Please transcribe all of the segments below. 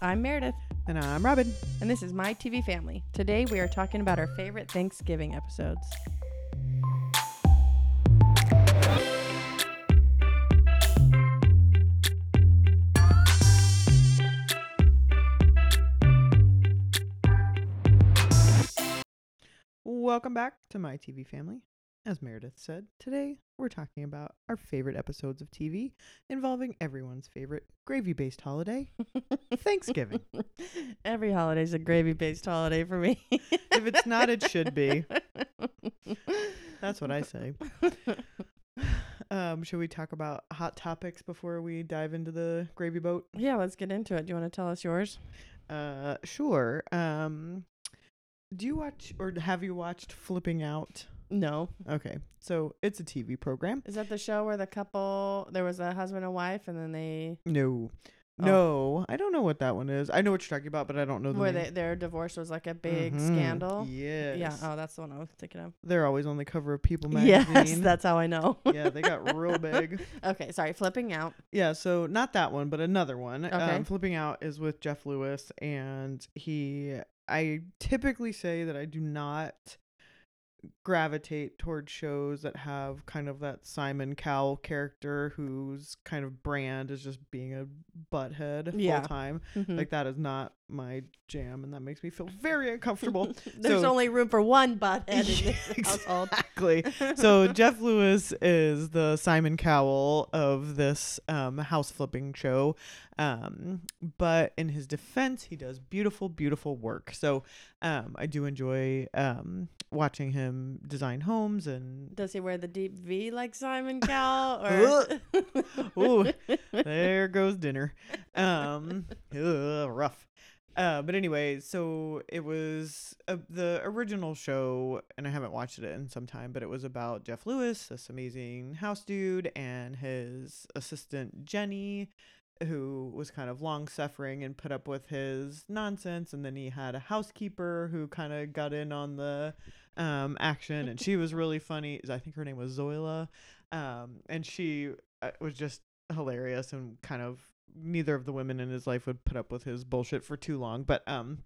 I'm Meredith, And I'm Robin. and this is My TV Family. Today we are talking about our favorite Thanksgiving episodes. Welcome back to my TV family. As Meredith said, today we're talking about our favorite episodes of TV involving everyone's favorite gravy based holiday, Thanksgiving. Every holiday's a gravy based holiday for me. if it's not, it should be. That's what I say. Um, should we talk about hot topics before we dive into the gravy boat? yeah, let's get into it. Do you want to tell us yours? Uh, sure. Um, do you watch or have you watched Flipping Out? No. Okay, so it's a TV program. Is that the show where the couple, there was a husband and wife, and then they, No. Oh. No, I don't know what that one is. I know what you're talking about, but I don't know the where name. they, their divorce was like a big Mhm. scandal? Yes. Yeah. Oh, that's the one I was thinking of. They're always on the cover of People Yes, magazine. that's how I know. yeah, they got real big. okay, sorry, flipping out. Yeah, so not that one, but another one. Okay. Um, Flipping Out is with Jeff Lewis, and he. I typically say that I do not gravitate towards shows that have kind of that Simon Cowell character whose kind of brand is just being a butthead Yeah. full time. Mhm. Like that is not my jam, and that makes me feel very uncomfortable. There's so- only room for one butt head in this Yeah, household. exactly. So Jeff Lewis is the Simon Cowell of this um, house flipping show, um, but in his defense, he does beautiful, beautiful work. So um, I do enjoy um, watching him design homes and. Does he wear the deep V like Simon Cowell? Or Ooh, there goes dinner. Um, ugh, rough. Uh, but anyway, so it was uh, the original show, and I haven't watched it in some time, but it was about Jeff Lewis, this amazing house dude, and his assistant Jenny, who was kind of long suffering and put up with his nonsense. And then he had a housekeeper who kind of got in on the um, action, and she was really funny. I think her name was Zoila. Um, and she uh, was just hilarious and kind of neither of the women in his life would put up with his bullshit for too long but um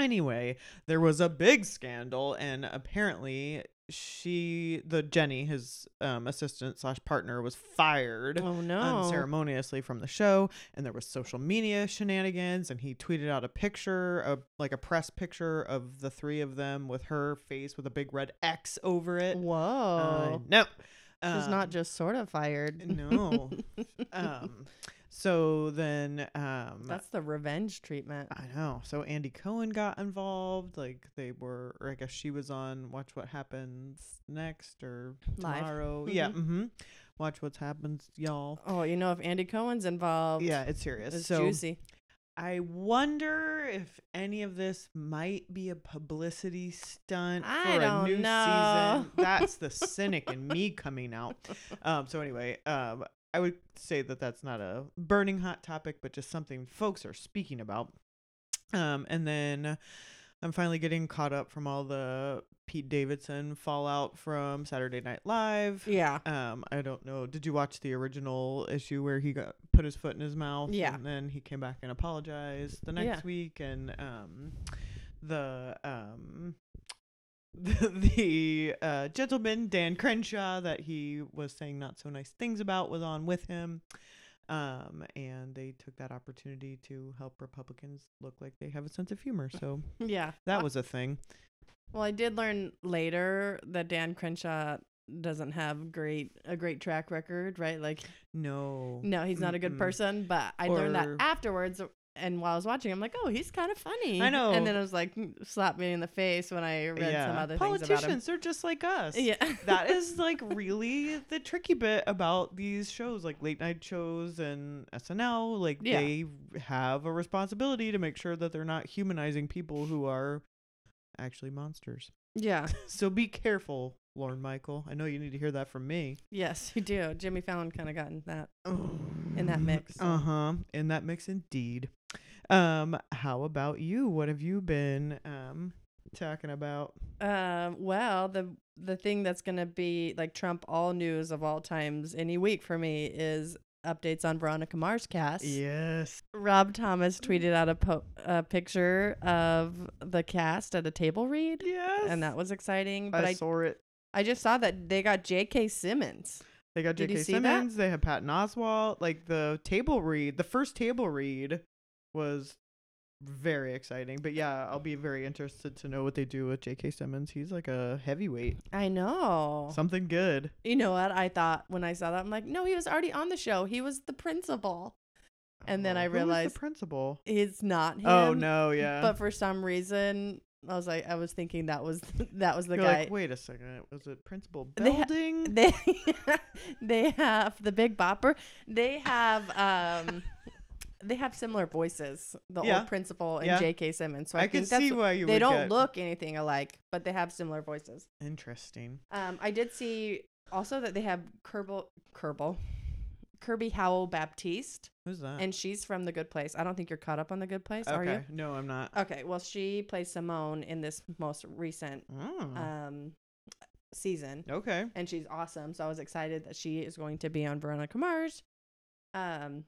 anyway there was a big scandal and apparently she the jenny his um assistant slash partner was fired oh no. unceremoniously from the show and there was social media shenanigans and he tweeted out a picture of like a press picture of the three of them with her face with a big red x over it Uh, Whoa. no She's not Um, just sort of fired. no. um, so then, um, That's the revenge treatment. I know. So Andy Cohen got involved. Like they were, or I guess she was on Watch What Happens Next or Live. tomorrow. Yeah. Mm-hmm. Watch What Happens, y'all. Oh, you know, if Andy Cohen's involved, Yeah, it's serious. it's so juicy. I wonder if any of this might be a publicity stunt I for don't a new know. season. That's the cynic in me coming out. Um, so anyway, um, I would say that that's not a burning hot topic, but just something folks are speaking about. Um, and then I'm finally getting caught up from all the Pete Davidson fallout from Saturday Night Live. Yeah. Um, I don't know. Did you watch the original issue where he got put his foot in his mouth? Yeah. And then he came back and apologized the Yeah. next week, and um, the um, the, the uh, gentleman Dan Crenshaw that he was saying not so nice things about was on with him. Um, and they took that opportunity to help Republicans look like they have a sense of humor. So Yeah. that was a thing. Well, I did learn later that Dan Crenshaw doesn't have great a great track record, right? Like No. No, he's not a good Mm-mm. person. But I learned that Or- afterwards. And while I was watching, I'm like, oh, he's kind of funny. I know. And then I was like, "Hmm," slapped me in the face when I read some other things about him. Politicians, they're just like us. Yeah. that is like really the tricky bit about these shows, like late night shows and SNL. Like Yeah. they have a responsibility to make sure that they're not humanizing people who are actually monsters. yeah. So be careful, Lauren Michael. I know you need to hear that from me. Yes, you do. Jimmy Fallon kind of gotten that. In that mix. Uh huh. In that mix, indeed. Um, how about you? What have you been um talking about? Um, well, the the thing that's gonna be like trump all news of all times any week for me is updates on Veronica Mars cast. Yes. Rob Thomas Mm. tweeted out a, po- a picture of the cast at a table read, Yes. and that was exciting. But I, I, saw it. I just saw that they got J.K. Simmons. They got Did you J.K. see that? Simmons. They had Patton Oswalt. Like the table read, the first table read was very exciting. But yeah, I'll be very interested to know what they do with J.K. Simmons. He's like a heavyweight. I know. Something good. you know what? I thought when I saw that, I'm like, no, he was already on the show. He was the principal. And then I who was realized- the principal. It's not him. Oh no, yeah. But for some reason, I was like, I was thinking that was that was the You're guy. like, wait a second. Was it Principal They ha- Belding? they they have the Big Bopper. They have um they have similar voices. The Yeah. old principal and Yeah. J.K. Simmons. So I, I, can think that's see why you. they would don't get- look anything alike, but they have similar voices. interesting. Um, I did see also that they have Kerbal Kerbal. Kirby Howell Baptiste, Who's that? and she's from The Good Place. I don't think you're caught up on The Good Place, okay, are you? no, I'm not. Okay, well, she plays Simone in this most recent Mm, um, season, okay, and she's awesome. So I was excited that she is going to be on Veronica Mars. Um,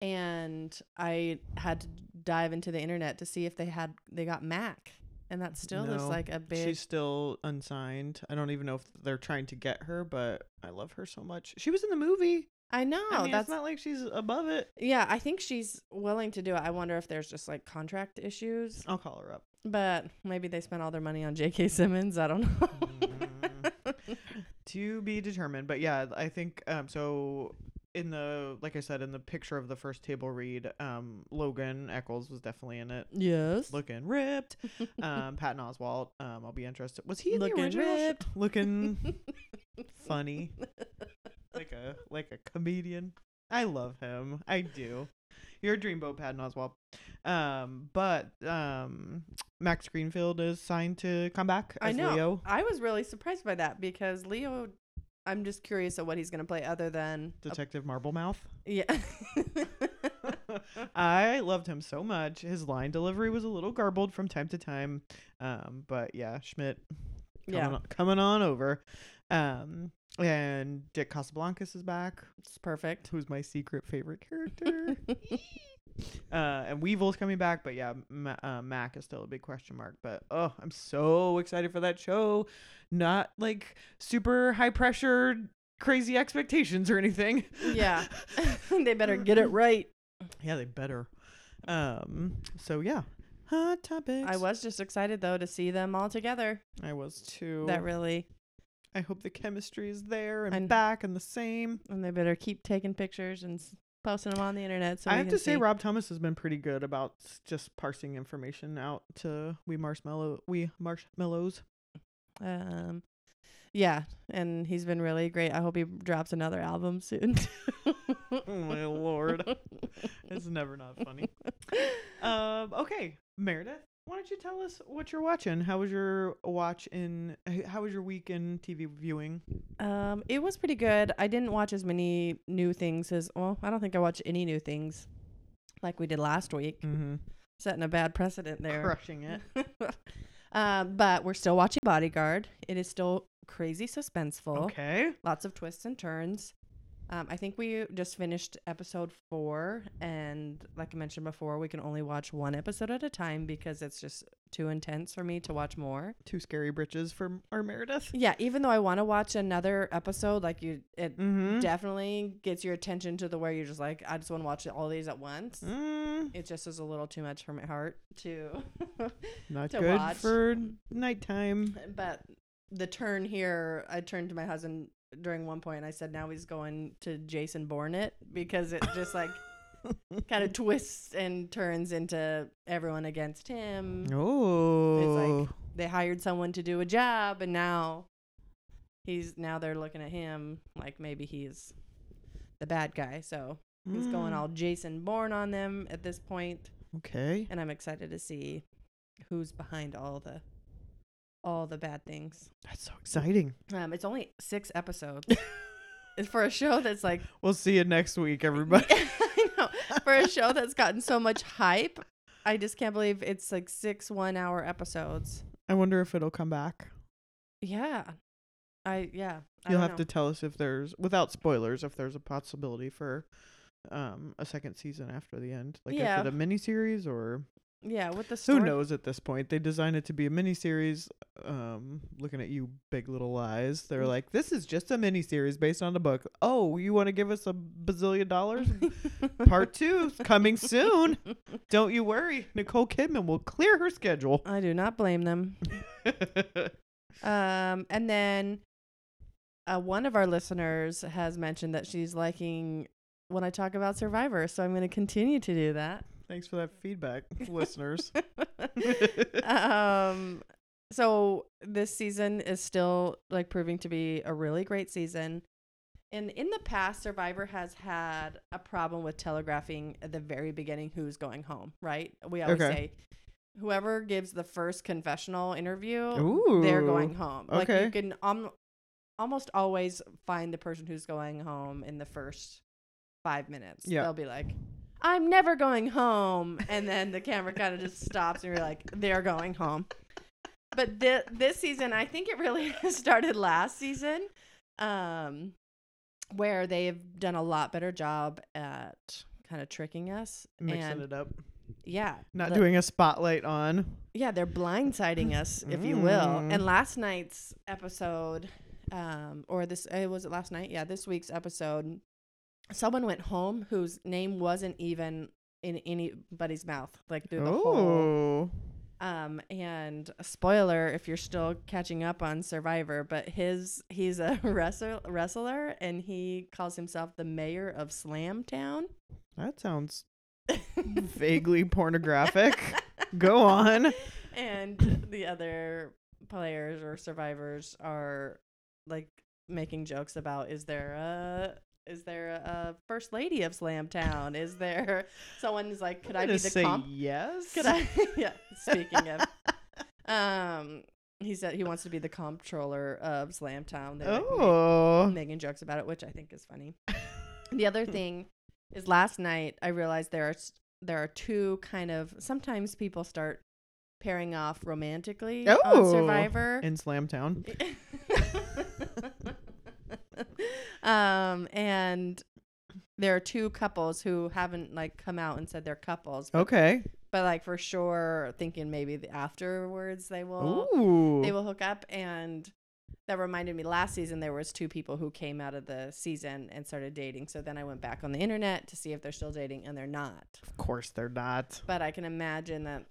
and I had to dive into the internet to see if they had they got Mac, and that still looks No, like a big. she's still unsigned. I don't even know if they're trying to get her, but I love her so much. She was in the movie. I know I mean, Oh, that's it's not like she's above it. yeah. I think she's willing to do it. I wonder if there's just like contract issues, I'll call her up. but maybe they spent all their money on J.K. Simmons. I don't know. Mm-hmm. Mm. to be determined but yeah i think um so in the like i said in the picture of the first table read um logan eccles was definitely in it yes. looking ripped um patton oswalt um i'll be interested was he in Looking the original sh- ripped. looking funny like a like a comedian i love him i do you're a dreamboat patton oswalt um but um max greenfield is signed to come back as I know. leo I was really surprised by that because Leo. I'm just curious of what he's going to play other than a- detective Marblemouth. yeah. I loved him so much. His line delivery was a little garbled from time to time, um, but yeah, Schmidt coming, yeah, on, coming on over. Um, and Dick Casablancas is back, it's perfect. who's my secret favorite character. uh, and Weevil's coming back, but yeah, Ma- uh, Mac is still a big question mark. But oh, I'm so excited for that show. Not like super high pressure, crazy expectations or anything. yeah, they better get it right. Yeah, they better. Um. So yeah, hot topics. I was just excited though to see them all together. I was too. That really, I hope the chemistry is there and And- back and the same. and they better keep taking pictures and s- posting them on the internet. So I we have can to say, see. Rob Thomas has been pretty good about s- just parsing information out to we marshmallow we marshmallows. Um, yeah, and he's been really great. I hope he drops another album soon. Oh my lord, it's never not funny. Um. Okay, Meredith. Why don't you tell us what you're watching? How was your watch in? h- How was your week in TV viewing? Um, it was pretty good. I didn't watch as many new things as well. I don't think I watched any new things like we did last week, Mm-hmm. setting a bad precedent there. Crushing it. um, but we're still watching Bodyguard. It is still crazy suspenseful. Okay. Lots of twists and turns. Um, I think we just finished episode four, and like I mentioned before, we can only watch one episode at a time because it's just too intense for me to watch more. Two scary britches for our Meredith. Yeah, even though I want to watch another episode, like you, it Mm-hmm. definitely gets your attention to the where you're just like, I just want to watch all these at once. Mm, It just is a little too much for my heart to, not to good watch. for nighttime. but the turn here, I turned to my husband during one point and I said, now he's going to Jason Bourne it because it just like kind of twists and turns into everyone against him. Oh, They hired someone to do a job and now he's now they're looking at him like maybe he's the bad guy. So He's going Mm. all Jason Bourne on them at this point, okay. and I'm excited to see who's behind all the all the bad things. That's so exciting. Um, it's only six episodes. It's for a show that's like We'll see you next week, everybody. I know for a show that's gotten so much hype. I just can't believe it's like six one hour episodes. I wonder if it'll come back. Yeah, I yeah. I You'll don't have know. to tell us if there's without spoilers if there's a possibility for um a second season after the end. Like Yeah. is it a miniseries or yeah. What the who story? knows at this point? They designed it to be a miniseries. Um, looking at you, Big Little Lies. They're like, this is just a miniseries based on the book. Oh, you want to give us a bazillion dollars? Part two is coming soon. Don't you worry, Nicole Kidman will clear her schedule. I do not blame them. Um, and then uh, one of our listeners has mentioned that she's liking when I talk about Survivor, so I'm going to continue to do that. Thanks for that feedback, listeners. um, so this season is still like proving to be a really great season. And in the past, Survivor has had a problem with telegraphing at the very beginning who's going home, right? We always Okay. say whoever gives the first confessional interview, Ooh, Oh, they're going home. Like Okay. you can um, almost always find the person who's going home in the first five minutes. Yeah. They'll be like, I'm never going home. And then the camera kind of just stops and you're like, they're going home. But thi- this season, I think it really started last season um, where they've done a lot better job at kind of tricking us. Mixing and it up, yeah. not the- doing a spotlight on. yeah, they're blindsiding us, if you will. Mm. And last night's episode, um, or this uh, was it last night? Yeah, this week's episode. Someone went home whose name wasn't even in anybody's mouth, like through the whole. Oh, Um, and a spoiler if you're still catching up on Survivor, but his he's a wrestler, wrestler, and he calls himself the mayor of Slamtown. that sounds vaguely pornographic. Go on. and the other players or survivors are like making jokes about is there a is there a first lady of Slamtown? Is there someone's like could I I'm gonna be the say comp? yes? Could I? yeah. Speaking of, um, he said he wants to be the comptroller of Slamtown. They're, like, ma- Oh, making jokes about it, which I think is funny. the other thing is last night I realized there are s- there are two kind of sometimes people start pairing off romantically on Oh. Survivor. in Slamtown. um and there are two couples who haven't like come out and said they're couples, but, Okay. but like for sure thinking maybe the afterwards they will Ooh. they will hook up and that reminded me last season there was two people who came out of the season and started dating so then i went back on the internet to see if they're still dating and they're not of course they're not. but i can imagine that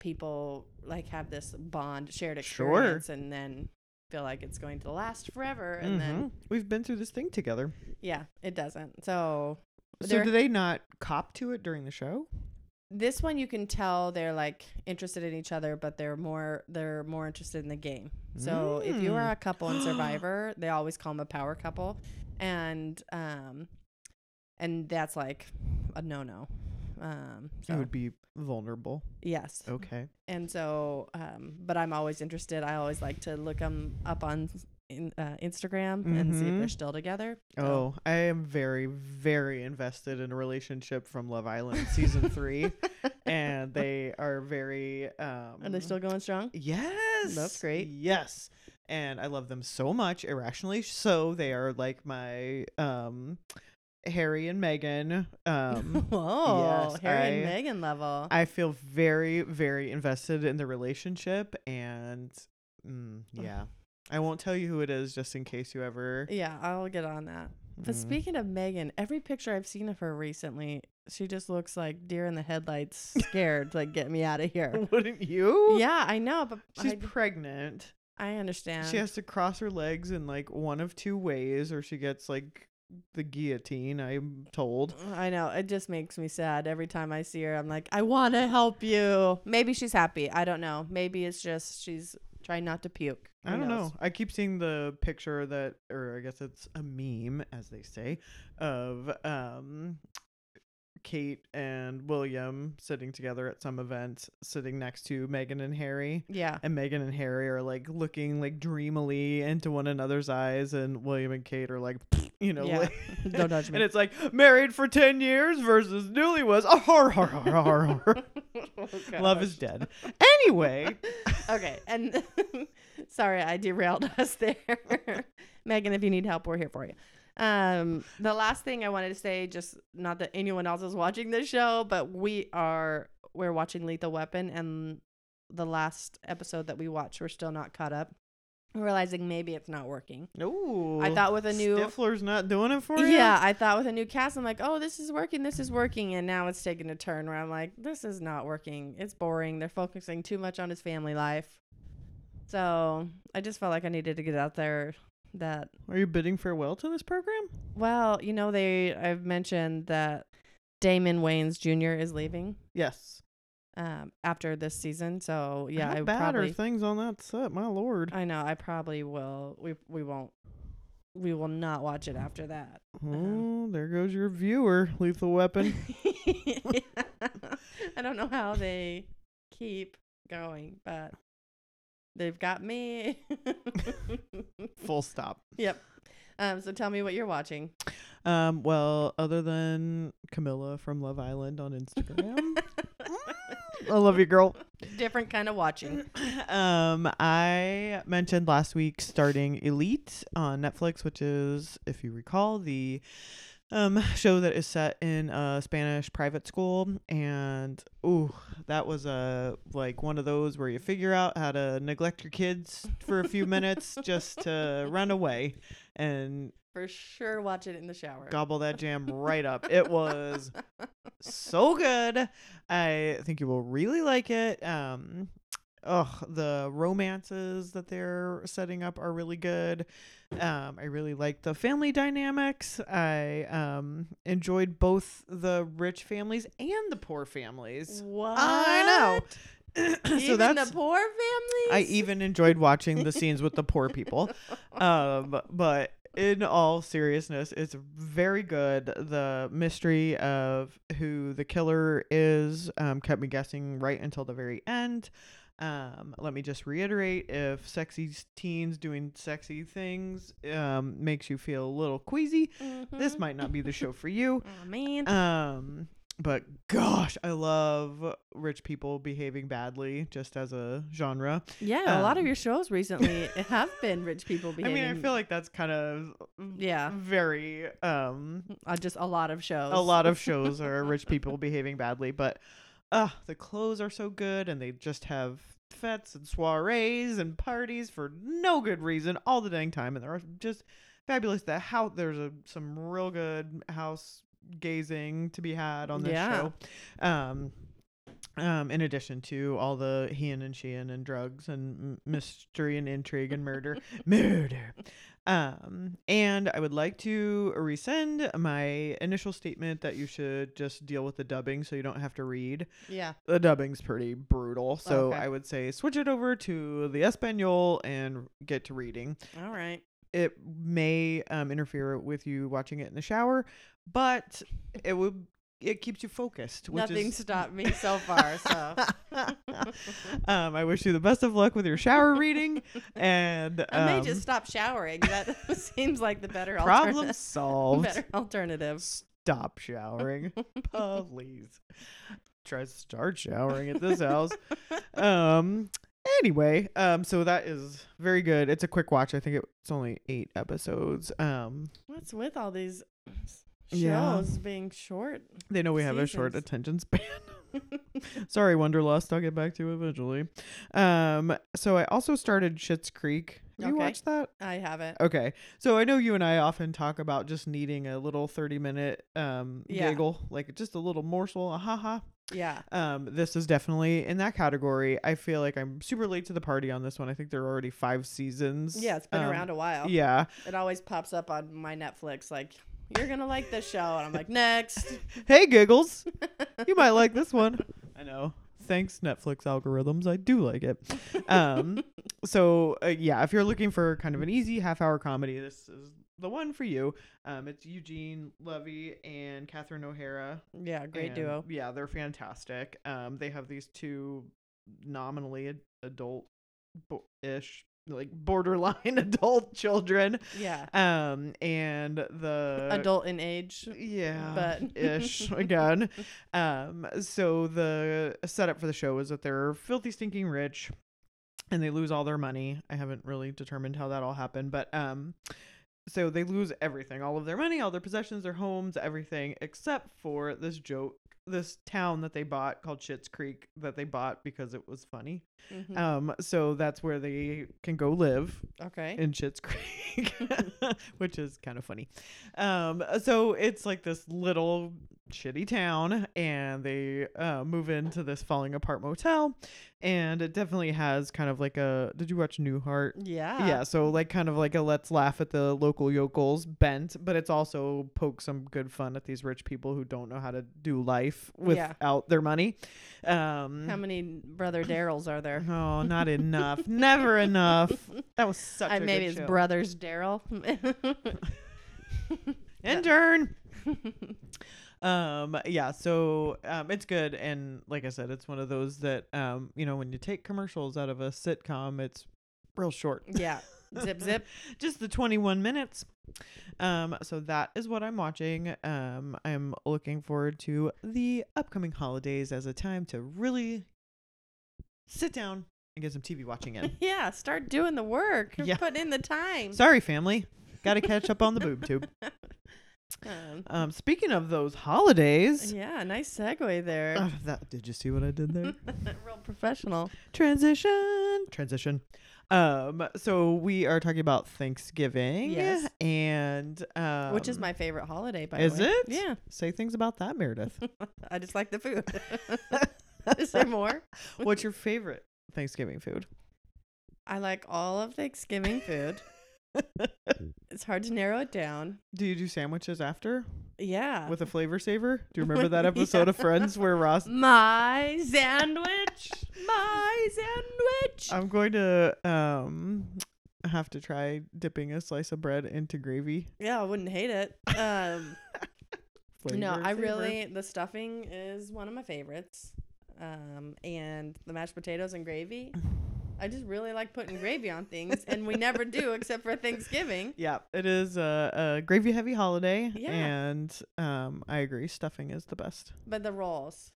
people like have this bond shared Sure. experience and then feel like it's going to last forever and then Mhm. we've been through this thing together. yeah it doesn't so So They're- do they not cop to it during the show? this one you can tell they're like interested in each other but they're more they're more interested in the game so if you are Mm. a couple in survivor they always call them a power couple and um and that's like a no-no um It so would be vulnerable. yes Okay. and so um but i'm always interested i always like to look them up on s- in, uh, instagram and see if they're Mhm. still together so- Oh, I am very, very invested in a relationship from Love Island season three, and they are very. Um, are they still going strong Yes, great. Yes, and I love them so much, irrationally so. They are like my um, Harry and Meghan. Um, whoa yes, harry and I- megan level I feel very, very invested in the relationship, and mm, yeah, I won't tell you who it is just in case you ever. yeah i'll get on that But Mm. speaking of Megan, every picture I've seen of her recently, she just looks like deer in the headlights, scared, like get me out of here. wouldn't you? Yeah, I know, but she's I, pregnant. I understand. She has to cross her legs in like one of two ways, or she gets like the guillotine. I'm told. Mm, I know. It just makes me sad every time I see her. I'm like, I want to help you. Maybe she's happy. I don't know. Maybe it's just she's trying not to puke. I Who don't knows? know. I keep seeing the picture that, or I guess it's a meme, as they say, of um, Kate and William sitting together at some event, sitting next to Meghan and Harry. Yeah. And Meghan and Harry are like looking like dreamily into one another's eyes, and William and Kate are like, "Pfft, you know, Yeah. like, Don't judge and me. it's like married for 10 years versus newlyweds. Oh, har, har, har, har, har. Oh, Love is gosh. dead. Anyway, okay. And sorry, I derailed us there. Megan, if you need help, we're here for you. Um, the last thing I wanted to say, just not that anyone else is watching this show, but we are we're watching Lethal Weapon, and the last episode that we watched, we're still not caught up. Realizing maybe it's not working. no. I thought with a new Stifler's not doing it for you. yeah, I thought with a new cast, I'm like, oh, this is working, this is working, and now it's taking a turn where I'm like, this is not working. It's boring. They're focusing too much on his family life. So I just felt like I needed to get out there that Are you bidding farewell to this program? well, you know, they I've mentioned that Damon Wayans Jr. is leaving Yes. um, after this season. So yeah, How I bad are probably Oh, things on that set? My lord. I know I probably will. We we won't. We will not watch it after that. Oh, there goes your viewer, Lethal Weapon. I don't know how they keep going, but they've got me. Full stop. yep. Um, so tell me what you're watching. Um, well, other than Camilla from Love Island on Instagram, I love you, girl. Different kind of watching. Um, I mentioned last week starting Elite on Netflix, which is, if you recall, the um show that is set in a Spanish private school, and ooh, that was a like one of those where you figure out how to neglect your kids for a few minutes just to run away and For sure, watch it in the shower. gobble that jam right up. It was so good. I think you will really like it. Um oh, the romances that they're setting up are really good. Um I really like the family dynamics. I um enjoyed both the rich families and the poor families. What? I know. so Even that's the poor families. I even enjoyed watching the scenes with the poor people. Um, but in all seriousness, it's very good. The mystery of who the killer is um, kept me guessing right until the very end. Um, let me just reiterate if sexy teens doing sexy things um, makes you feel a little queasy, this Mhm. might not be the show for you. Aw, Oh, man. Um, but gosh, I love rich people behaving badly just as a genre. yeah, a lot of um, your shows recently have been rich people I behaving. Mm, mean, I feel like that's kind of Yeah. very um uh, just a lot of shows. a lot of shows are rich people behaving badly, but uh the clothes are so good and they just have fetes and soirees and parties for no good reason all the dang time and they're just fabulous that how there's a, some real good house gazing to be had on this Yeah. show um um in addition to all the hean and shean and drugs and m- mystery and intrigue and murder murder um, and I would like to resend my initial statement that you should just deal with the dubbing so you don't have to read. Yeah. The dubbing's pretty brutal. So Okay. I would say switch it over to the Espanol and get to reading. All right. It may um, interfere with you watching it in the shower, but it would it keeps you focused, which Nothing is stopped me so far. So um, I wish you the best of luck with your shower reading and um, I may just stop showering. That seems like the better problem alternative. solved. Better alternative. Stop showering, please. Try to start showering at this house. Um. Anyway, um. So that is very good. It's a quick watch. I think it's only eight episodes. Um. What's with all these shows Yeah. being short? They know we have a short Seasons. attention span. Sorry, Wonderlust. I'll get back to you eventually. Um. So I also started Schitt's Creek. Have You Okay. watched that? I haven't. Okay. So I know you and I often talk about just needing a little thirty minute um Yeah. giggle, like just a little morsel, a ha ha. Yeah. Um, this is definitely in that category. I feel like I'm super late to the party on this one. I think there are already five seasons. Yeah, it's been Um, around a while. Yeah. It always pops up on my Netflix like you're gonna like this show, and I'm like, next. Hey, giggles. you might like this one. I know. Thanks, Netflix algorithms. I do like it. Um, so uh, yeah, if you're looking for kind of an easy half-hour comedy, this is the one for you. Um, it's Eugene Levy and Catherine O'Hara. Yeah, great and, duo. Yeah, they're fantastic. Um, they have these two nominally ad- adult bo- ish like borderline adult children. Yeah. Um, and the Adult in age. Uh, yeah, but- ish again. Um, so the setup for the show is that they're filthy, stinking rich, and they lose all their money. I haven't really determined how that all happened, but um, so they lose everything, all of their money, all their possessions, their homes, everything, except for this joke, this town that they bought called Shit's Creek that they bought because it was funny. Mhm. Um, so that's where they can go live okay. in Schitt's Creek, which is kind of funny. Um, so it's like this little shitty town, and they uh, move into this falling apart motel, and it definitely has kind of like a. Did you watch Newhart? yeah. Yeah, so like kind of like a let's laugh at the local yokels bent, but it's also poke some good fun at these rich people who don't know how to do life Yeah. without their money. Um, How many brother Daryls are there? Oh, not enough. Never enough. That was such I, a maybe good it's show. brothers Daryl. intern um yeah so um it's good and like i said it's one of those that um you know when you take commercials out of a sitcom it's real short yeah. Zip zip. just the 21 minutes um so that is what i'm watching um i'm looking forward to the upcoming holidays as a time to really sit down and get some tv watching in Yeah. Start doing the work. Yeah. Put in the time. sorry family gotta catch up on the boob tube Um, um speaking of those holidays yeah. Nice segue there. Uh, Ugh, that, did you see what I did there? Real professional. Transition. Transition. Um, so we are talking about Thanksgiving. Yes. And um, Which is my favorite holiday, by Is the way. it? Yeah. say things about that, Meredith. I just like the food. Is there more? What's your favorite Thanksgiving food? I like all of Thanksgiving food. It's hard to narrow it down. Do you do sandwiches after Yeah. with a flavor saver? Do you remember that Uh, episode Yeah. of Friends where Ross? my sandwich. my sandwich. I'm going to um have to try dipping a slice of bread into gravy. yeah, I wouldn't hate it. Um, no, Flavor I saver. really the stuffing is one of my favorites. Um, and the mashed potatoes and gravy. I just really like putting gravy on things, and we never do except for Thanksgiving. Yeah, it is a, a gravy heavy holiday. Yeah. And um, I agree, stuffing is the best. But the rolls.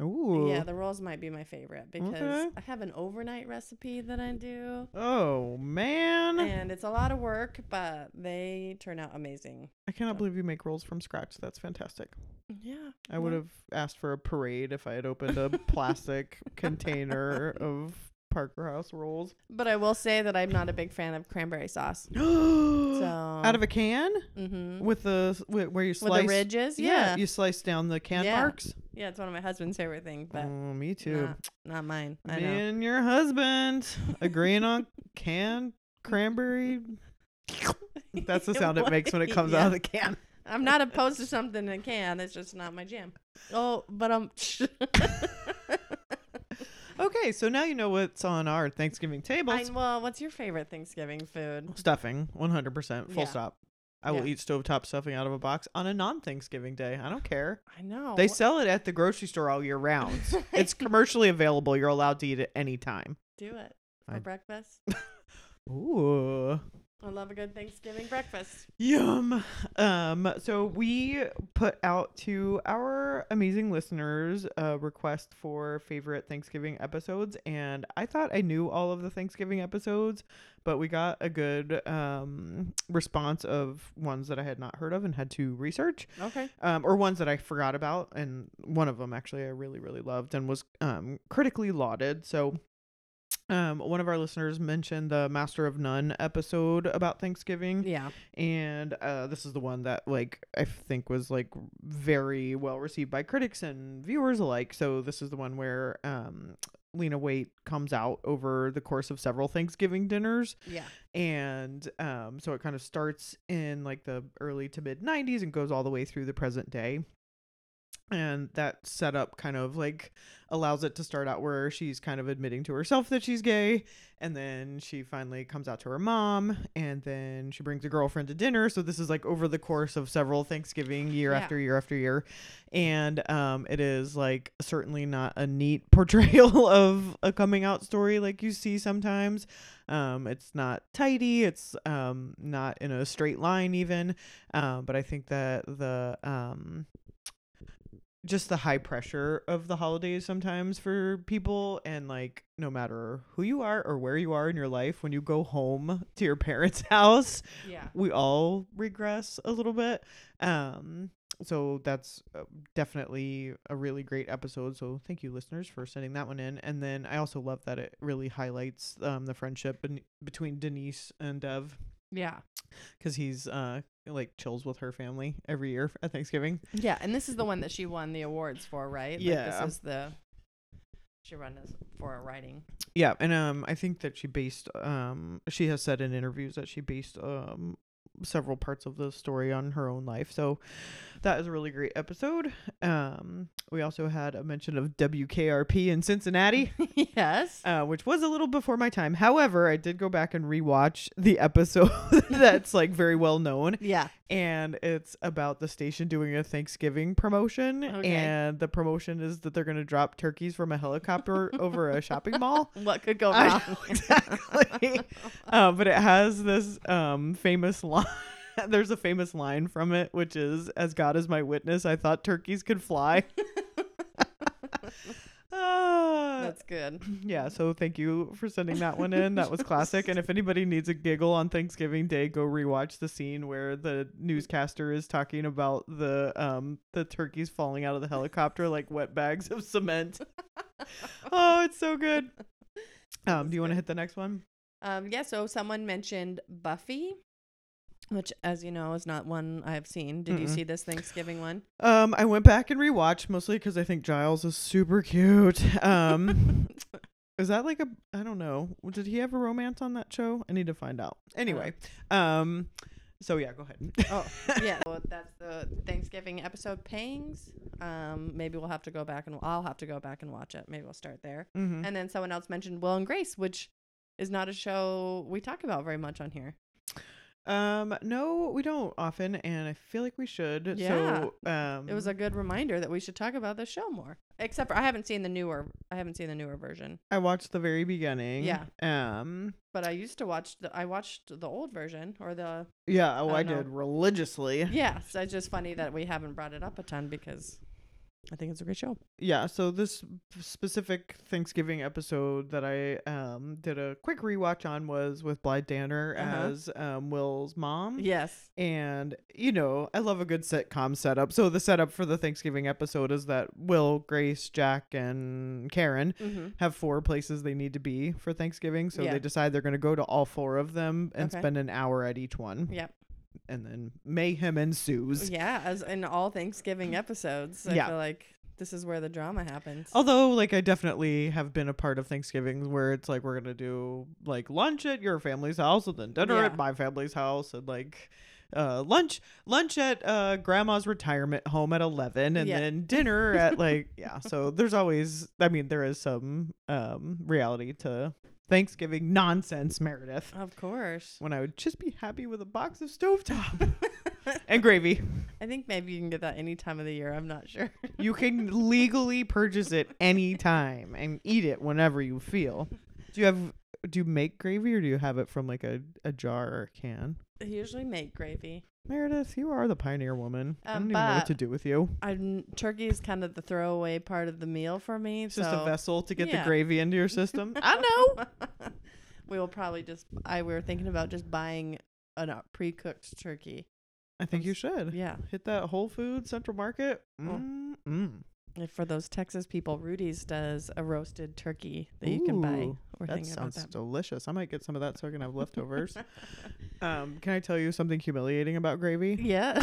Ooh. Yeah, the rolls might be my favorite because Okay. I have an overnight recipe that I do. oh, man. And it's a lot of work, but they turn out amazing. I cannot believe you make rolls from scratch. That's fantastic. Yeah. I would have asked for a parade if I had opened a plastic container of Parker House rolls. But I will say that I'm not a big fan of cranberry sauce. So So. Out of a can mm-hmm. with the s- wh- where you with slice the ridges, yeah. you slice down the can Yeah. marks. Yeah, it's one of my husband's favorite things, but oh, me too. not, not mine. I Me know. and your husband agreeing on canned cranberry. That's the sound it makes when it comes out of the can. I'm not opposed to something that can. It's just not my jam. Oh, but um, Okay, so now you know what's on our Thanksgiving table. I, well, what's your favorite Thanksgiving food? Stuffing, 100%, full Yeah. stop. I will Yeah. eat stovetop stuffing out of a box on a non Thanksgiving day. I don't care. I know They sell it at the grocery store all year round. it's commercially available. You're allowed to eat it any time. do it for I- breakfast. Ooh. I love a good Thanksgiving breakfast. Yum. Um, so we put out to our amazing listeners a request for favorite Thanksgiving episodes, and I thought I knew all of the Thanksgiving episodes, but we got a good um response of ones that I had not heard of and had to research Okay. um, or ones that I forgot about, and one of them actually I really really loved and was um, critically lauded. So, um, one of our listeners mentioned the Master of None episode about Thanksgiving, Yeah. and uh, this is the one that like I think was like very well received by critics and viewers alike. So this is the one where um, Lena Waite comes out over the course of several Thanksgiving dinners Yeah. and um, so it kind of starts in like the early to mid 90s and goes all the way through the present day and that setup kind of like allows it to start out where she's kind of admitting to herself that she's gay and then she finally comes out to her mom and then she brings a girlfriend to dinner so this is like over the course of several thanksgiving year Yeah. after year after year and um it is like certainly not a neat portrayal of a coming out story like you see sometimes um it's not tidy it's um not in a straight line even um but i think that the um just the high pressure of the holidays sometimes for people and like no matter who you are or where you are in your life when you go home to your parents house Yeah. we all regress a little bit um so that's uh, definitely a really great episode so thank you listeners for sending that one in and then i also love that it really highlights um the friendship ben- between denise and dev Yeah. because he's uh like chills with her family every year at thanksgiving Yeah. And this is the one that she won the awards for, right? Like, Yeah. this is the. She won this for writing. Yeah, and um, I think that she based um, she has said in interviews that she based um several parts of the story on her own life. So that is a really great episode. Um, we also had a mention of WKRP in Cincinnati, yes. uh, which was a little before my time. However, I did go back and rewatch the episode that's like very well known, yeah. and it's about the station doing a Thanksgiving promotion, Okay. and the promotion is that they're gonna drop turkeys from a helicopter over a shopping mall. What could go I wrong? know, exactly. uh, but it has this um, famous line. There's a famous line from it, which is, "As God is my witness, I thought turkeys could fly." Uh, That's good. yeah, so thank you for sending that one in. That was classic. And if anybody needs a giggle on Thanksgiving Day, go rewatch the scene where the newscaster is talking about the um the turkeys falling out of the helicopter like wet bags of cement. oh, it's so good. Um, do you want to hit the next one? Um, yeah, so someone mentioned Buffy, which, as you know, is not one I've seen. Did you Mm-mm. see this Thanksgiving one? Um, I went back and rewatched mostly because I think Giles is super cute. Um, is that like a I don't know. Did he have a romance on that show? I need to find out. Anyway, Uh-huh. um, so yeah, go ahead. Oh, yeah. Well, that's the Thanksgiving episode, Pangs. Um, maybe we'll have to go back and I'll have to go back and watch it. Maybe we'll start there. Mm-hmm. And then someone else mentioned Will and Grace, which is not a show we talk about very much on here. Um, no, we don't often, and I feel like we should. Yeah. So, um, It was a good reminder that we should talk about this show more. Except for I haven't seen the newer, I haven't seen the newer version, I watched the very beginning. Yeah. Um. but I used to watch the, I watched the old version or the Yeah. Oh, I I, don't know. did religiously. yeah, so it's just funny that we haven't brought it up a ton because I think it's a great show. yeah so this specific thanksgiving episode that i um did a quick rewatch on was with blythe danner Uh-huh. as um will's mom Yes. and you know i love a good sitcom setup so the setup for the thanksgiving episode is that will grace jack and karen Mm-hmm. have four places they need to be for thanksgiving so Yeah. they decide they're going to go to all four of them and Okay. spend an hour at each one Yep. and then mayhem ensues Yeah, as in all Thanksgiving episodes, I Yeah. Oh. feel like this is where the drama happens. Although, like, I definitely have been a part of Thanksgiving where it's like we're gonna do like lunch at your family's house and then dinner Yeah. at my family's house and like uh lunch lunch at uh grandma's retirement home at 11 and Yeah. then dinner at like yeah so there's always i mean there is some um reality to thanksgiving nonsense meredith Of course. when i would just be happy with a box of stovetop and gravy I think maybe you can get that any time of the year. I'm not sure. You can legally purchase it anytime and eat it whenever you feel. Do you have do you make gravy or do you have it from like a, a jar or a can? I usually make gravy. Meredith, you are the pioneer woman. Um, I don't even know but- what to do with you. I'm, turkey is kind of the throwaway part of the meal for me. It's so just a vessel to get yeah. the gravy into your system. I know. know. we will probably just. I we were thinking about just buying a uh, pre-cooked turkey. I think you should. Yeah, Hit that Whole Foods Central Market. Oh. Mm, mm. And for those Texas people, Rudy's does a roasted turkey that you can buy. Ooh, We're That thinking about sounds that. delicious. I might get some of that so I can have leftovers. um, can I tell you something humiliating about gravy? Yeah.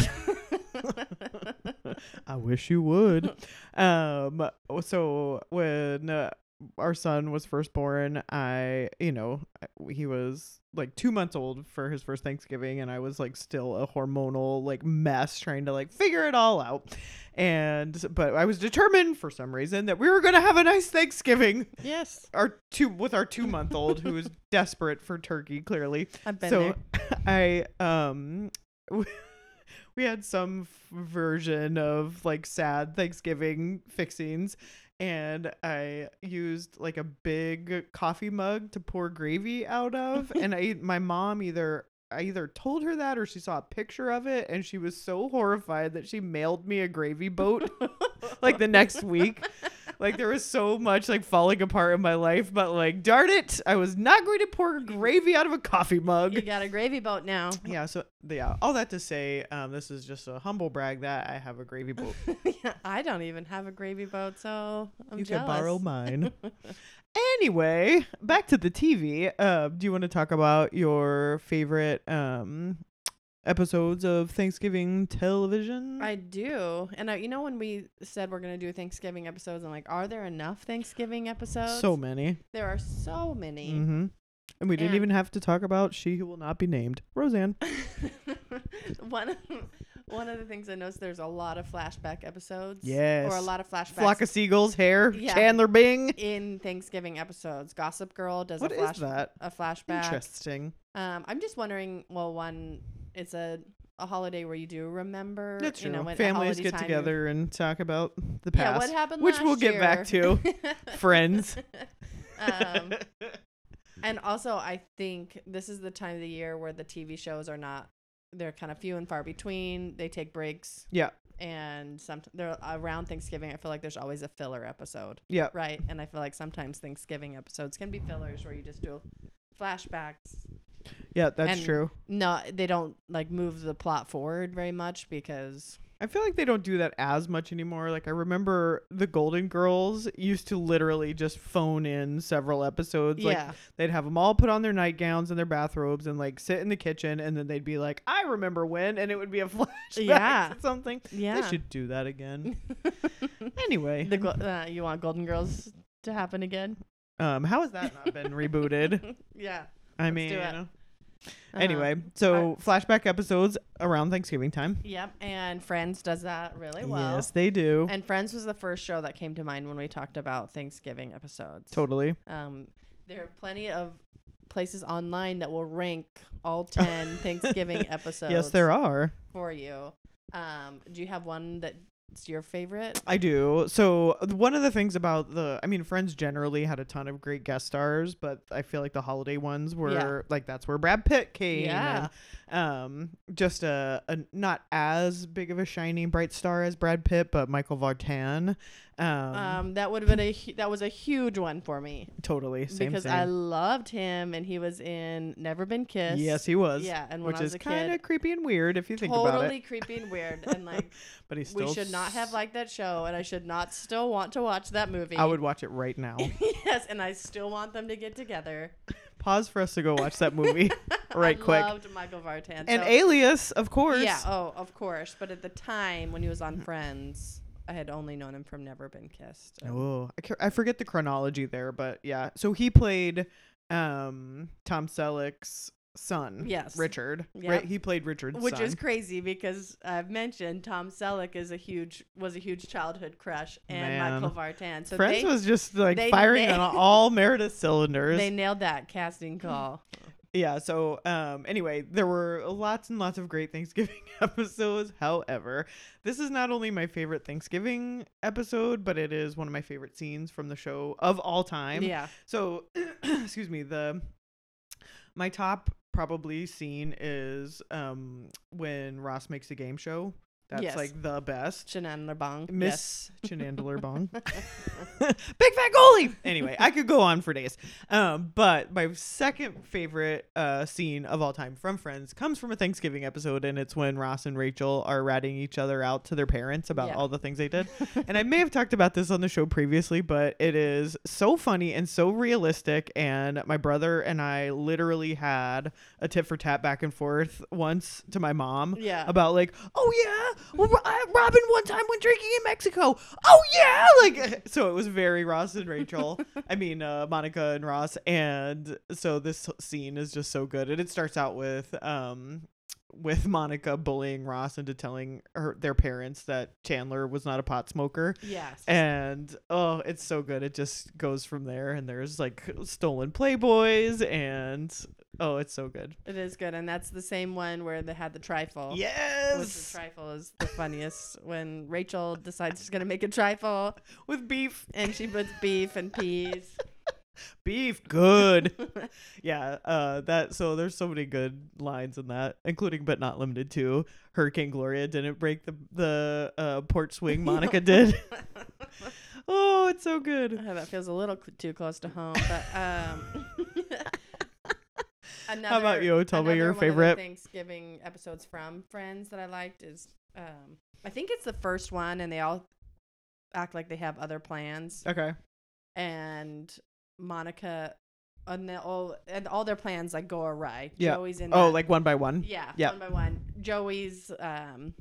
I wish you would. Um, so oh, when uh, our son was first born, I, you know, I- he was like two months old for his first Thanksgiving, and I was like still a hormonal like mess trying to like figure it all out. And but I was determined for some reason that we were gonna have a nice Thanksgiving. Yes, Our two with our two month old who is desperate for turkey, clearly I've been so there. I um we had some f- version of like sad Thanksgiving fixings and I used like a big coffee mug to pour gravy out of and I my mom either I either told her that or she saw a picture of it and she was so horrified that she mailed me a gravy boat like the next week. Like there was so much like falling apart in my life, but like darn it, I was not going to pour gravy out of a coffee mug You got a gravy boat now. yeah so yeah all that to say um this is just a humble brag that i have a gravy boat I don't even have a gravy boat, so I'm you jealous. can borrow mine anyway back to the tv uh do you want to talk about your favorite um episodes of thanksgiving television I do, and I, you know when we said we're gonna do Thanksgiving episodes, I'm like, are there enough Thanksgiving episodes? so many there are so many. mm-hmm. and we didn't And- even have to talk about she who will not be named roseanne Mm-hmm. one one of the things I noticed there's a lot of flashback episodes. Yes. Or a lot of flashbacks flock of seagulls hair Yeah. chandler bing in Thanksgiving episodes. Gossip Girl does What a is flash that? a flashback. interesting Um I'm just wondering, well one it's a a holiday where you do remember That's you know true. when at families holiday get time you- together and talk about the Yeah, past what happened which we'll last get back year? to friends um, and also I think this is the time of the year where the TV shows are not they're kind of few and far between. They take breaks. Yeah. And some they're around Thanksgiving. I feel like there's always a filler episode, yep right? And I feel like sometimes Thanksgiving episodes can be fillers where you just do flashbacks. yeah that's and- true No, they don't like move the plot forward very much because i feel like they don't do that as much anymore like i remember the golden girls used to literally just phone in several episodes like yeah, they'd have them all put on their nightgowns and their bathrobes and like sit in the kitchen and then they'd be like i remember when and it would be a flashback Yeah. to something yeah. they should do that again anyway the gol- uh, you want Golden Girls to happen again? um how has that not been rebooted yeah. i Let's do mean it. Uh-huh. Anyway, so flashback episodes around Thanksgiving time. Yep, and Friends does that really well. Yes, they do. And Friends was the first show that came to mind when we talked about Thanksgiving episodes. totally. Um, there are plenty of places online that will rank all 10 Thanksgiving episodes Yes, there are. for you. Um, do you have one that's your favorite? I do. So th- one of the things about the, I mean, Friends generally had a ton of great guest stars, but I feel like the holiday ones were like that's where Brad Pitt came. Yeah. and, um, just a, a not as big of a shining bright star as Brad Pitt, but Michael Vartan. Um, Um, that would have been a hu- that was a huge one for me totally. Same because thing. I loved him and he was in Never Been Kissed. yes, he was. yeah, and when Which I was is a kind kid, of creepy and weird if you think about totally it. creepy and weird and like But he's still we should not have s- liked that show, and I should not still want to watch that movie. I would watch it right now. yes, and I still want them to get together. Pause for us to go watch that movie right I quick. Loved Michael Vartan. And so- Alias, of course. yeah, oh, of course. But at the time when he was on Friends, I had only known him from Never Been Kissed. and- Oh, I, ca- I forget the chronology there, but yeah. So he played um Tom Selleck's son. Yes. Richard. Yep. Right. He played Richard's Which son. is crazy because I've mentioned Tom Selleck is a huge was a huge childhood crush, and Man. Michael Vartan. So Friends they was just like they- firing they- on all Meredith cylinders. they nailed that casting call. Yeah, so um anyway, there were lots and lots of great Thanksgiving episodes. However, this is not only my favorite Thanksgiving episode, but it is one of my favorite scenes from the show of all time. yeah, So, excuse me, the my top probably scene is um when Ross makes a game show. That's Yes. like the best. Shannon LeBlanc. Miss Chenandler Bong. Big fat goalie. Anyway, I could go on for days. Um, but my second favorite uh, scene of all time from Friends comes from a Thanksgiving episode, and it's when Ross and Rachel are ratting each other out to their parents about Yeah. all the things they did. and I may have talked about this on the show previously, but it is so funny and so realistic. And my brother and I literally had a tit for tat back and forth once to my mom Yeah. about like, oh yeah, well, Ro- I- Robin one time went drinking in Mexico. Oh yeah, like so it was very Ross and Rachel. I mean uh, Monica and Ross, and so this scene is just so good, and it starts out with um with Monica bullying Ross into telling her their parents that Chandler was not a pot smoker. Yes. And oh, it's so good. It just goes from there and there's like stolen Playboys and oh, it's so good. it is good. And that's the same one where they had the trifle. Which the Yes. trifle is the funniest when Rachel decides she's gonna make a trifle With beef. and she puts beef and peas. Beef good. yeah, uh that so there's so many good lines in that, including but not limited to Hurricane Gloria didn't break the the uh porch swing Monica did. oh, it's so good. Oh, that feels a little cl- too close to home, but um. another, you? Tell me another your one of the favorite. Thanksgiving episodes from Friends that I liked is um, I think it's the first one, and they all act like they have other plans, Okay. and Monica, and the- all and all their plans like go awry. Yeah. Joey's in. Oh, that- like one by one. yeah, yeah. one by one. Joey's um.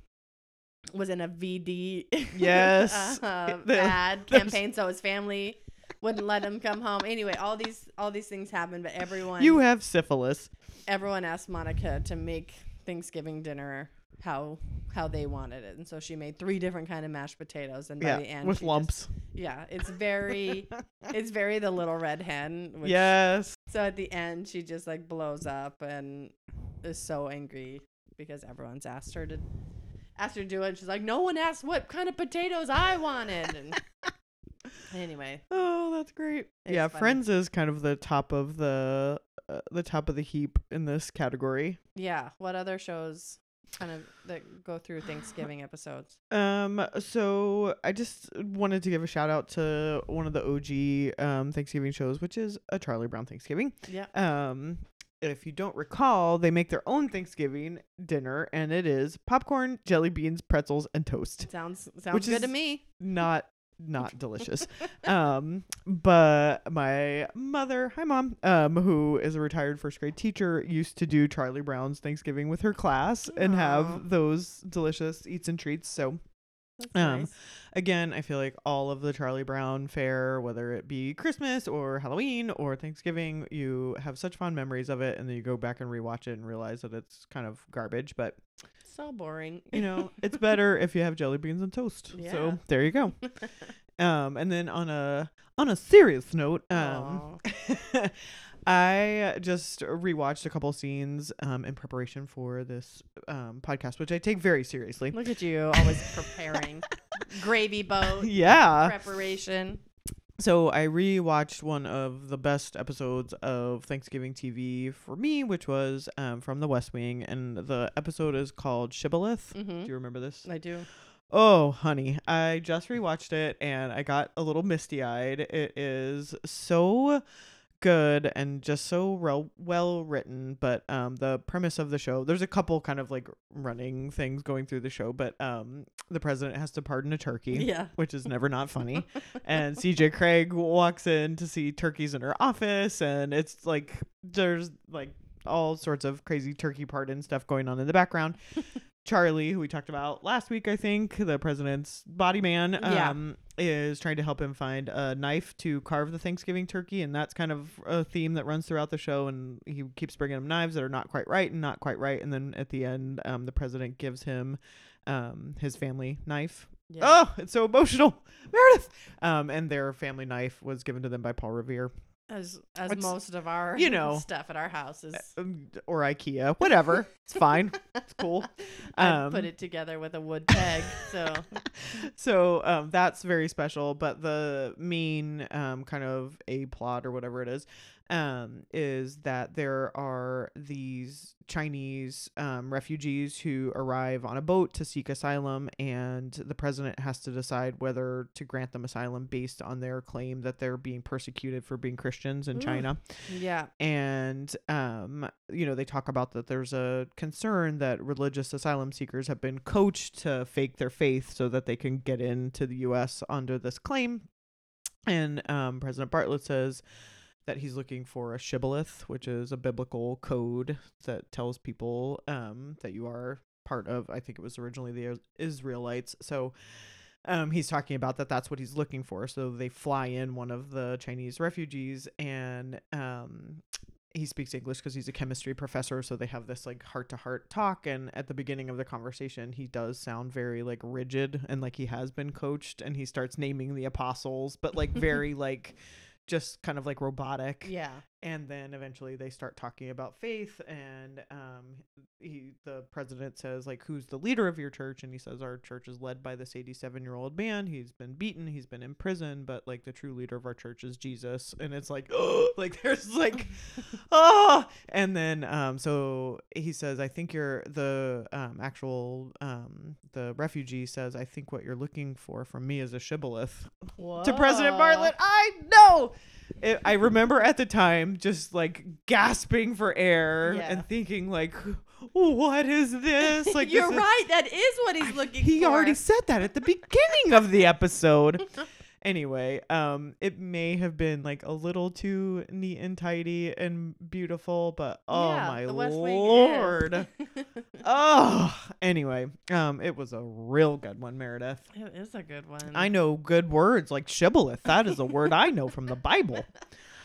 Was in a VD Yes. uh, The- ad there's- campaign, so his family wouldn't let him come home. Anyway, all these all these things happen, but everyone You have syphilis. everyone asked Monica to make Thanksgiving dinner how how they wanted it, and so she made three different kind of mashed potatoes. And by the Yeah, end, with she just- lumps. yeah, it's very it's very the little red hen. Which, yes. So at the end, she just like blows up and is so angry because everyone's asked her to asked her to do it. And she's like, no one asked what kind of potatoes I wanted. And anyway, Oh, that's great. It's yeah, funny. Friends is kind of the top of the uh, the top of the heap in this category. yeah. What other shows kind of that go through Thanksgiving episodes? Um, so I just wanted to give a shout out to one of the OG um Thanksgiving shows, which is a Charlie Brown Thanksgiving. Yeah. Um, if you don't recall, they make their own Thanksgiving dinner, and it is popcorn, jelly beans, pretzels, and toast. Sounds sounds Which good to is- me. not not delicious um but my mother hi mom um who is a retired first grade teacher used to do charlie brown's thanksgiving with her class and Aw. have those delicious eats and treats so That's um, nice. again i feel like all of the charlie brown fare whether it be christmas or halloween or thanksgiving you have such fond memories of it and then you go back and rewatch it and realize that it's kind of garbage but So boring. you know, it's better if you have jelly beans and toast. Yeah. So there you go. um, and then on a on a serious note, um, Aw. I just rewatched a couple scenes um, in preparation for this um, podcast, which I take very seriously. look at you always preparing gravy boat Yeah. preparation. So I rewatched one of the best episodes of Thanksgiving TV for me, which was um, from The West Wing, and the episode is called Shibboleth. Do Mm-hmm. you remember this? I do. Oh, honey, I just rewatched it and I got a little misty eyed. It is so good and just so well well written. But um, the premise of the show, there's a couple kind of like running things going through the show, but um, the president has to pardon a turkey. Yeah. Which is never not funny. and CJ Craig walks in to see turkeys in her office, and it's like there's like all sorts of crazy turkey pardon stuff going on in the background. Charlie, who we talked about last week, I think, the president's body man, Yeah. um, is trying to help him find a knife to carve the Thanksgiving turkey. And that's kind of a theme that runs throughout the show. And he keeps bringing him knives that are not quite right and not quite right. And then at the end, um, the president gives him um, his family knife. Yeah. Oh, it's so emotional. Meredith. Um, and their family knife was given to them by Paul Revere As as It's- most of our you know. stuff at our house is um, or IKEA, whatever. it's fine. It's cool. Um, I put it together with a wood peg. So so um, that's very special. But the main um, kind of a plot or whatever it is um, is that there are these Chinese um, refugees who arrive on a boat to seek asylum, and the president has to decide whether to grant them asylum based on their claim that they're being persecuted for being Christians in Ooh. China yeah, and um, you know they talk about that there's a concern that religious asylum seekers have been coached to fake their faith so that they can get into the U.S. under this claim. And um, President Bartlett says that he's looking for a shibboleth, which is a biblical code that tells people um, that you are part of I think it was originally the Is- Israelites. So um, he's talking about that that's what he's looking for. So they fly in one of the Chinese refugees and um, he speaks English because he's a chemistry professor. So they have this like heart to heart talk. And at the beginning of the conversation, he does sound very like rigid and like he has been coached. And he starts naming the apostles, but like very like just kind of like robotic Yeah. and then eventually they start talking about faith and um he the president says like who's the leader of your church and he says our church is led by this 87 year old man he's been beaten he's been in prison but like the true leader of our church is jesus and it's like like there's like ah and then um so he says i think you're the um actual um the refugee says i think what you're looking for from me is a shibboleth to President Whoa. Bartlett. I know. It, I remember at the time just like gasping for air Yeah. and thinking like, "What is this?" Like You're this is- right. That is what he's looking he for. already said that at the beginning of the episode. Anyway, um, it may have been like a little too neat and tidy and beautiful, but oh Yeah, my the West Wing is. lord! oh, anyway, um, it was a real good one, Meredith. it is a good one. I know good words like shibboleth. That is a word I know from the Bible.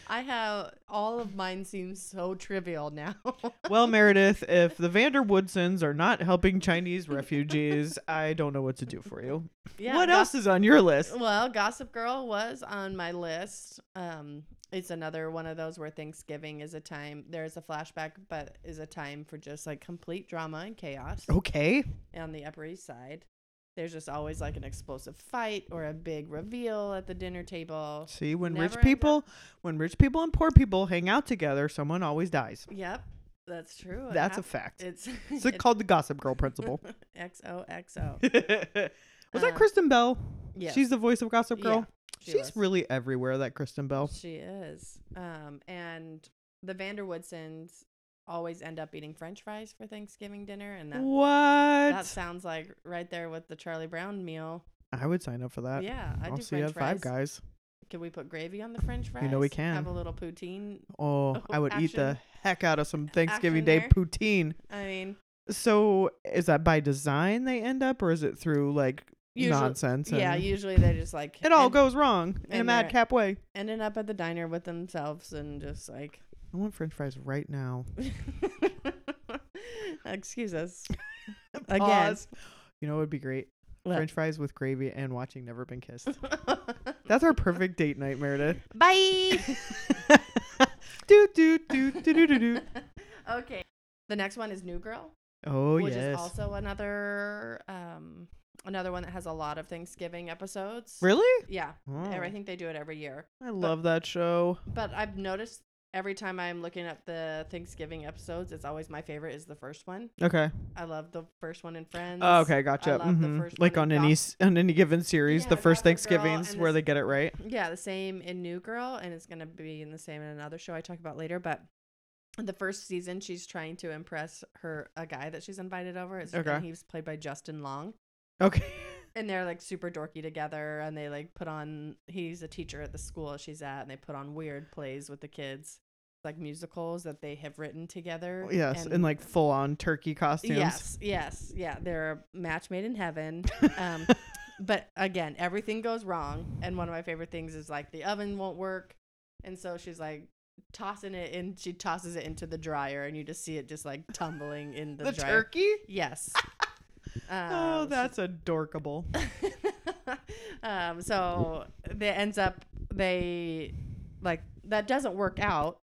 I have all of mine seems so trivial now. Well, Meredith, if the Vanderwoodsons are not helping Chinese refugees, I don't know what to do for you. yeah. what Gos- else is on your list? Well, Gossip Girl was on my list. Um, it's another one of those where Thanksgiving is a time. There is a flashback, but is a time for just like complete drama and chaos. Oh. Okay. on the Upper East Side. There's just always like an explosive fight or a big reveal at the dinner table. See, when Never rich ends people, when rich people and poor people hang out together, someone always dies. Yep, that's true. It That's a hap- fact. It's It's called the Gossip Girl principle. XOXO. was that Uh, Kristen Bell? yes. She's the voice of Gossip Yeah, Girl. she She's was. really everywhere. That Kristen Bell. She is. Um, and the Vanderwoodsons always end up eating French fries for Thanksgiving dinner, and that what? that sounds like right there with the Charlie Brown meal. I would sign up for that. yeah, I I'll do Uh, see you French at Five fries. Guys. Can we put gravy on the French fries? You know we Have can. a little poutine. Oh, Oh, I would eat the action. heck out of some Thanksgiving Action Day there. poutine. I mean, So is that by design they end up, or is it through like Usual- nonsense? yeah. and- Usually they just like it all and- goes wrong in a and they're- madcap way. ended up at the diner with themselves and just like I want French fries right now. excuse us Pause. You know it would be great? What? French fries with gravy and watching Never Been Kissed. That's our perfect date night, Meredith. bye do do do do do do do. okay the next one is new girl Oh which yes. is also another um another one that has a lot of thanksgiving episodes really? yeah Oh, i think they do it every year I love that show. but i've noticed every time i'm looking up the thanksgiving episodes it's always my favorite is the first one Okay. i love the first one in friends Oh, okay, gotcha. love the Mhm. first Like one on in any Goth- s- on any given series, Yeah, the first Gossip Girl Thanksgivings and where this- they get it right. Yeah, the same in New Girl, and it's gonna be in the same in another show I talk about later. But in the first season, she's trying to impress her a guy that she's invited over. It's Okay. and he's played by Justin Long, Okay. and they're like super dorky together, and they like put on. He's a teacher at the school she's at, and they put on weird plays with the kids, like musicals that they have written together. Yes, in like full on turkey costumes. Yes, yes, yeah. They're a match made in heaven. Um, but again, everything goes wrong. And one of my favorite things is like the oven won't work. And so she's like tossing it in. She tosses it into the dryer, and you just see it just like tumbling in the, the dryer. turkey. Yes. Oh, Um, that's adorkable. um, so they ends up they like that doesn't work out.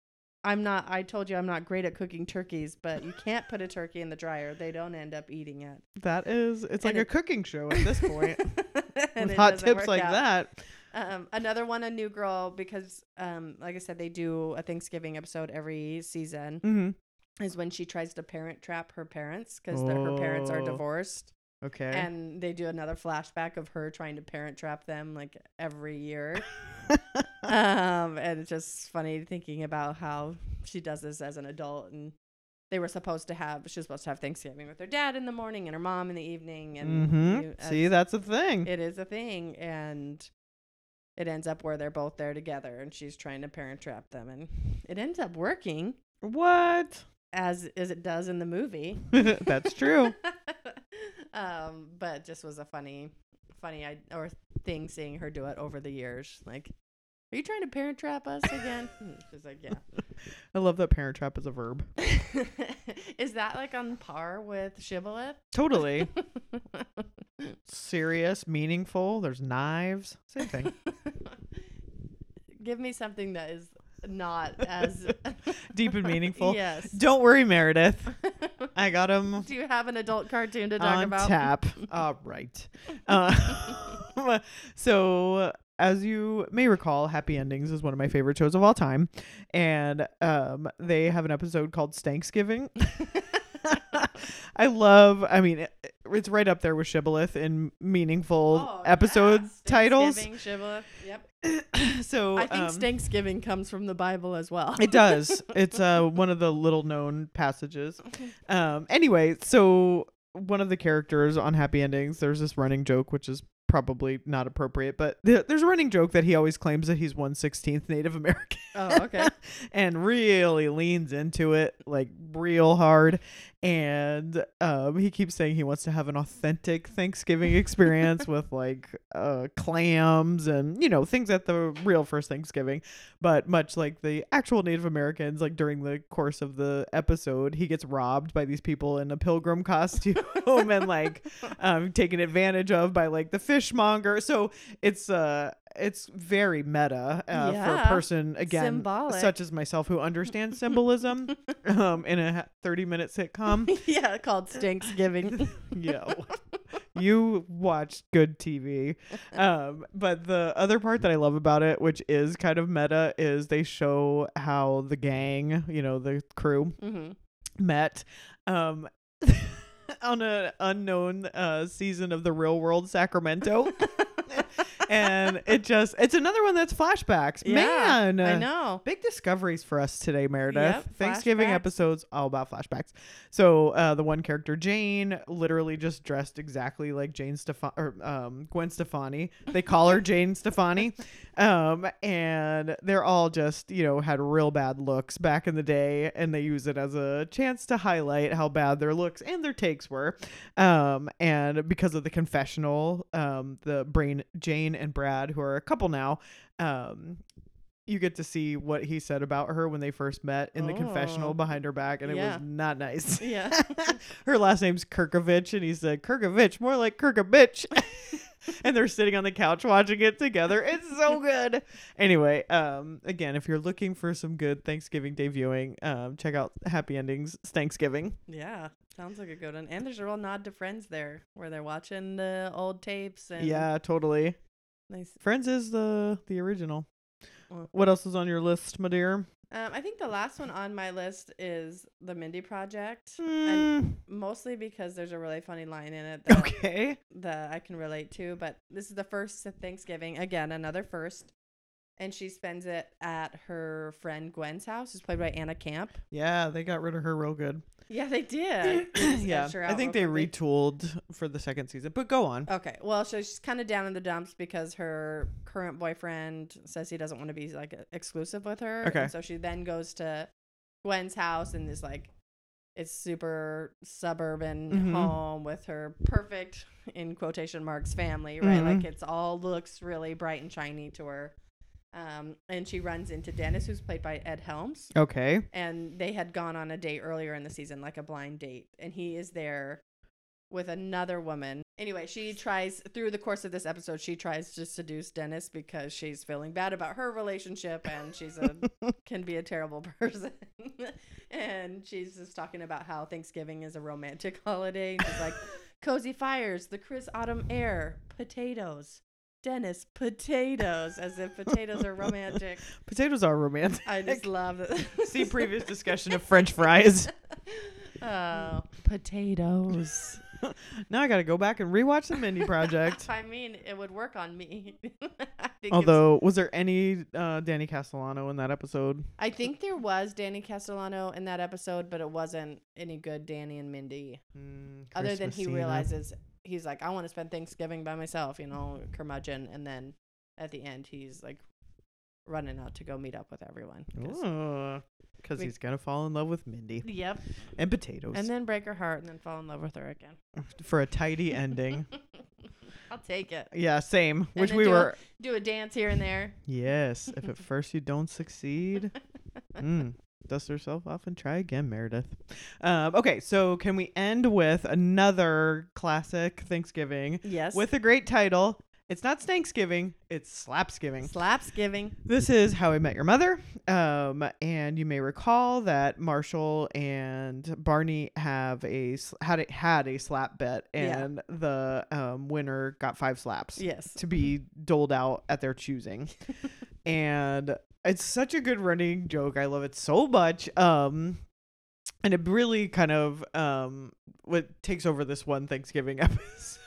I'm not. I told you I'm not great at cooking turkeys, but you can't put a turkey in the dryer. They don't end up eating it. That is, it's like And a it- cooking show at this point. And with it hot doesn't tips work like out. that. Um, another one, a new girl, because um, like I said, they do a Thanksgiving episode every season. hmm Is when she tries to parent trap her parents because her parents are Oh. divorced, Okay. and they do another flashback of her trying to parent trap them like every year. um, and it's just funny thinking about how she does this as an adult and they were supposed to have she was supposed to have Thanksgiving with her dad in the morning and her mom in the evening and hmm you- as- See, that's a thing. it is a thing and it ends up where they're both there together and she's trying to parent trap them and it ends up working what? as as it does in the movie. That's true. um, but just was a funny, funny I or thing seeing her do it over the years. Like, are you trying to parent trap us again? And She's like, I love that parent trap is a verb. yeah. Is that like on par with shibboleth? Totally. Serious, meaningful. There's knives. Same thing. Give me something that is not as Deep and meaningful. Yes. Don't worry, Meredith. I got him Do you have an adult cartoon to talk on about? tap. All right. Uh, so, as you may recall, Happy Endings is one of my favorite shows of all time, and um, they have an episode called Thanksgiving. I love. I mean, it, it's right up there with Shibboleth in meaningful Oh, episode yes. titles. Thanksgiving, shibboleth. Yep. So I think um, Thanksgiving comes from the Bible as well. It does. It's uh one of the little known passages. Um anyway, so one of the characters on Happy Endings, there's this running joke which is probably not appropriate, but th- there's a running joke that he always claims that he's one sixteenth Native American oh, okay. and really leans into it like real hard. And um, he keeps saying he wants to have an authentic Thanksgiving experience with like uh, clams and you know things at the real first Thanksgiving. But much like the actual Native Americans, like during the course of the episode, he gets robbed by these people in a pilgrim costume and like um, taken advantage of by like the fishmonger. So it's uh it's very meta uh, for a Yeah. person again Symbolic. such as myself who understands symbolism um in a ha- 30 minute sitcom yeah, called Thanksgiving. yo you watched good tv um but the other part that i love about it which is kind of meta is they show how the gang you know the crew hmm met um on an unknown uh season of the real world sacramento and it just it's another one that's flashbacks Yeah, man uh, I know. Big discoveries for us today, Meredith. Yep, Thanksgiving flashbacks. episodes all about flashbacks. So uh, the one character Jane literally just dressed exactly like Jane Stefani or um, Gwen Stefani. They call her Jane Stefani, um, and they're all just you know had real bad looks back in the day, and they use it as a chance to highlight how bad their looks and their takes were. Um, and because of the confessional, um, the brain Jane and Brad, who are a couple now. Um, you get to see what he said about her when they first met in the confessional Oh. behind her back, and it Yeah. was not nice. Yeah. her last name's Kirkovich, and he said Kirkovich, more like Kirkovich. and they're sitting on the couch watching it together. It's so good. Anyway, um, again, if you're looking for some good Thanksgiving Day viewing, um, check out Happy Endings Thanksgiving. Yeah. Sounds like a good one. And there's a real nod to Friends there where they're watching the old tapes and Yeah, totally. nice. Friends is the the original. Well- What else is on your list, my dear? Um, I think the last one on my list is the Mindy Project, Mm, mostly because there's a really funny line in it that, Hmm, okay. that I can relate to. But this is the first Thanksgiving, again, another first. And she spends it at her friend Gwen's house, who's played by Anna Camp. Yeah, they got rid of her real good. Yeah, they did. They just yeah, edged her I out think they real quickly. retooled for the second season. But go on. Okay. Well, so she's kind of down in the dumps because her current boyfriend says he doesn't want to be like e-, exclusive with her. and Okay. so she then goes to Gwen's house and is like, it's super suburban Mhm. home with her perfect in quotation marks family, right? Mhm. Like it's all looks really bright and shiny to her. Um, and she runs into Dennis, who's played by Ed Helms Okay. and they had gone on a date earlier in the season, like a blind date, and he is there with another woman. Anyway, she tries through the course of this episode, she tries to seduce Dennis because she's feeling bad about her relationship and she's a can be a terrible person. and she's just talking about how Thanksgiving is a romantic holiday. And she's like, cozy fires, the crisp autumn air, potatoes. Dennis, potatoes, as if potatoes are romantic. Potatoes are romantic. I just love that. See previous discussion of French fries. Oh, potatoes. Now I got to go back and rewatch the Mindy Project. I mean, it would work on me. I think it was- Although, was there any uh, Danny Castellano in that episode? I think there was Danny Castellano in that episode, but it wasn't any good Danny and Mindy. Other than he realizes he's like, I want to spend Thanksgiving by myself, you know, curmudgeon, and then at the end he's like running out to go meet up with everyone. 'cause- Because we- he's gonna fall in love with Mindy Yep. and potatoes, And then break her heart and then fall in love with her again. for a tidy ending. I'll take it. yeah, same. Which then we do a- were. Do a dance here and there. Yes, if at first you don't succeed, mm, dust yourself off and try again, Meredith. Um, okay, so can we end with another classic Thanksgiving Yes. with a great title? It's not Thanksgiving, it's Slapsgiving. slaps giving. This is How I Met Your Mother. Um, and you may recall that Marshall and Barney have a s- had a, had a slap bet, Yeah. and the um, winner got five slaps Yes. to be doled out at their choosing. and it's such a good running joke. I love it so much. Um and it really kind of um what takes over this one Thanksgiving episode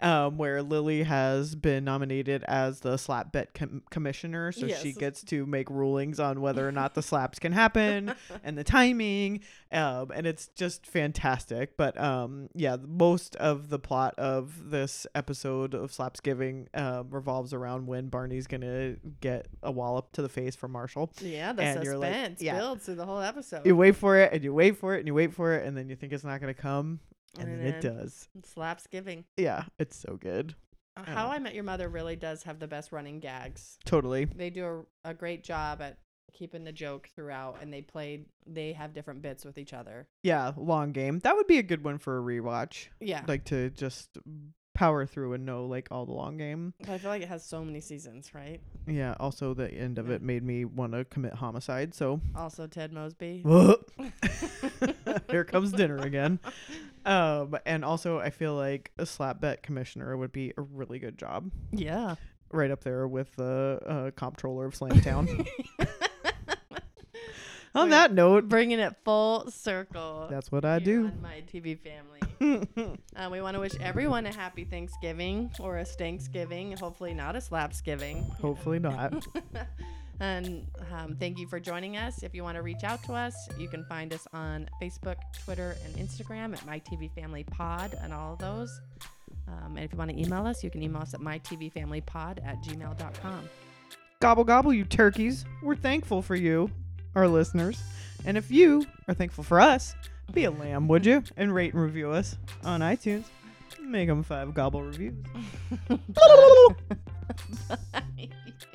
um where Lily has been nominated as the slap bet com- commissioner so she Yes. gets to make rulings on whether or not the slaps can happen and the timing um and it's just fantastic but um yeah most of the plot of this episode of slapsgiving um revolves around when barney's gonna get a wallop to the face from marshall Yeah, the And you're like- suspense yeah. builds through the whole episode. you wait for it and you wait for it and you wait for it and then you think it's not gonna come and, And then it then- does slaps giving. yeah it's so good How Oh. I Met Your Mother really does have the best running gags. totally They do a, a great job at keeping the joke throughout, and they play. They have different bits with each other. yeah long game that would be a good one for a rewatch Yeah, like to just power through and know like all the long game but I feel like it has so many seasons, right? yeah also the end of it made me want to commit homicide so Also, Ted Mosby. Whoop. Here comes dinner again. Um, and also, I feel like a slap bet commissioner would be a really good job, Yeah. right up there with the uh, comptroller of Slamtown. On Wait. that note, Bringing it full circle. that's what I here do. On my TV family. Uh, we want to wish everyone a happy Thanksgiving or a Stanksgiving. Hopefully, not a Slapsgiving. Hopefully not. and um, thank you for joining us. If you want to reach out to us, you can find us on Facebook, Twitter, and Instagram at My TV Family Pod and all of those. Um, and if you want to email us, you can email us at mytvfamilypod at gmail.com. Gobble gobble, you turkeys. We're thankful for you, our listeners. And if you are thankful for us, be a lamb, would you? And rate and review us on iTunes. Make them five gobble reviews.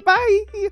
Bye.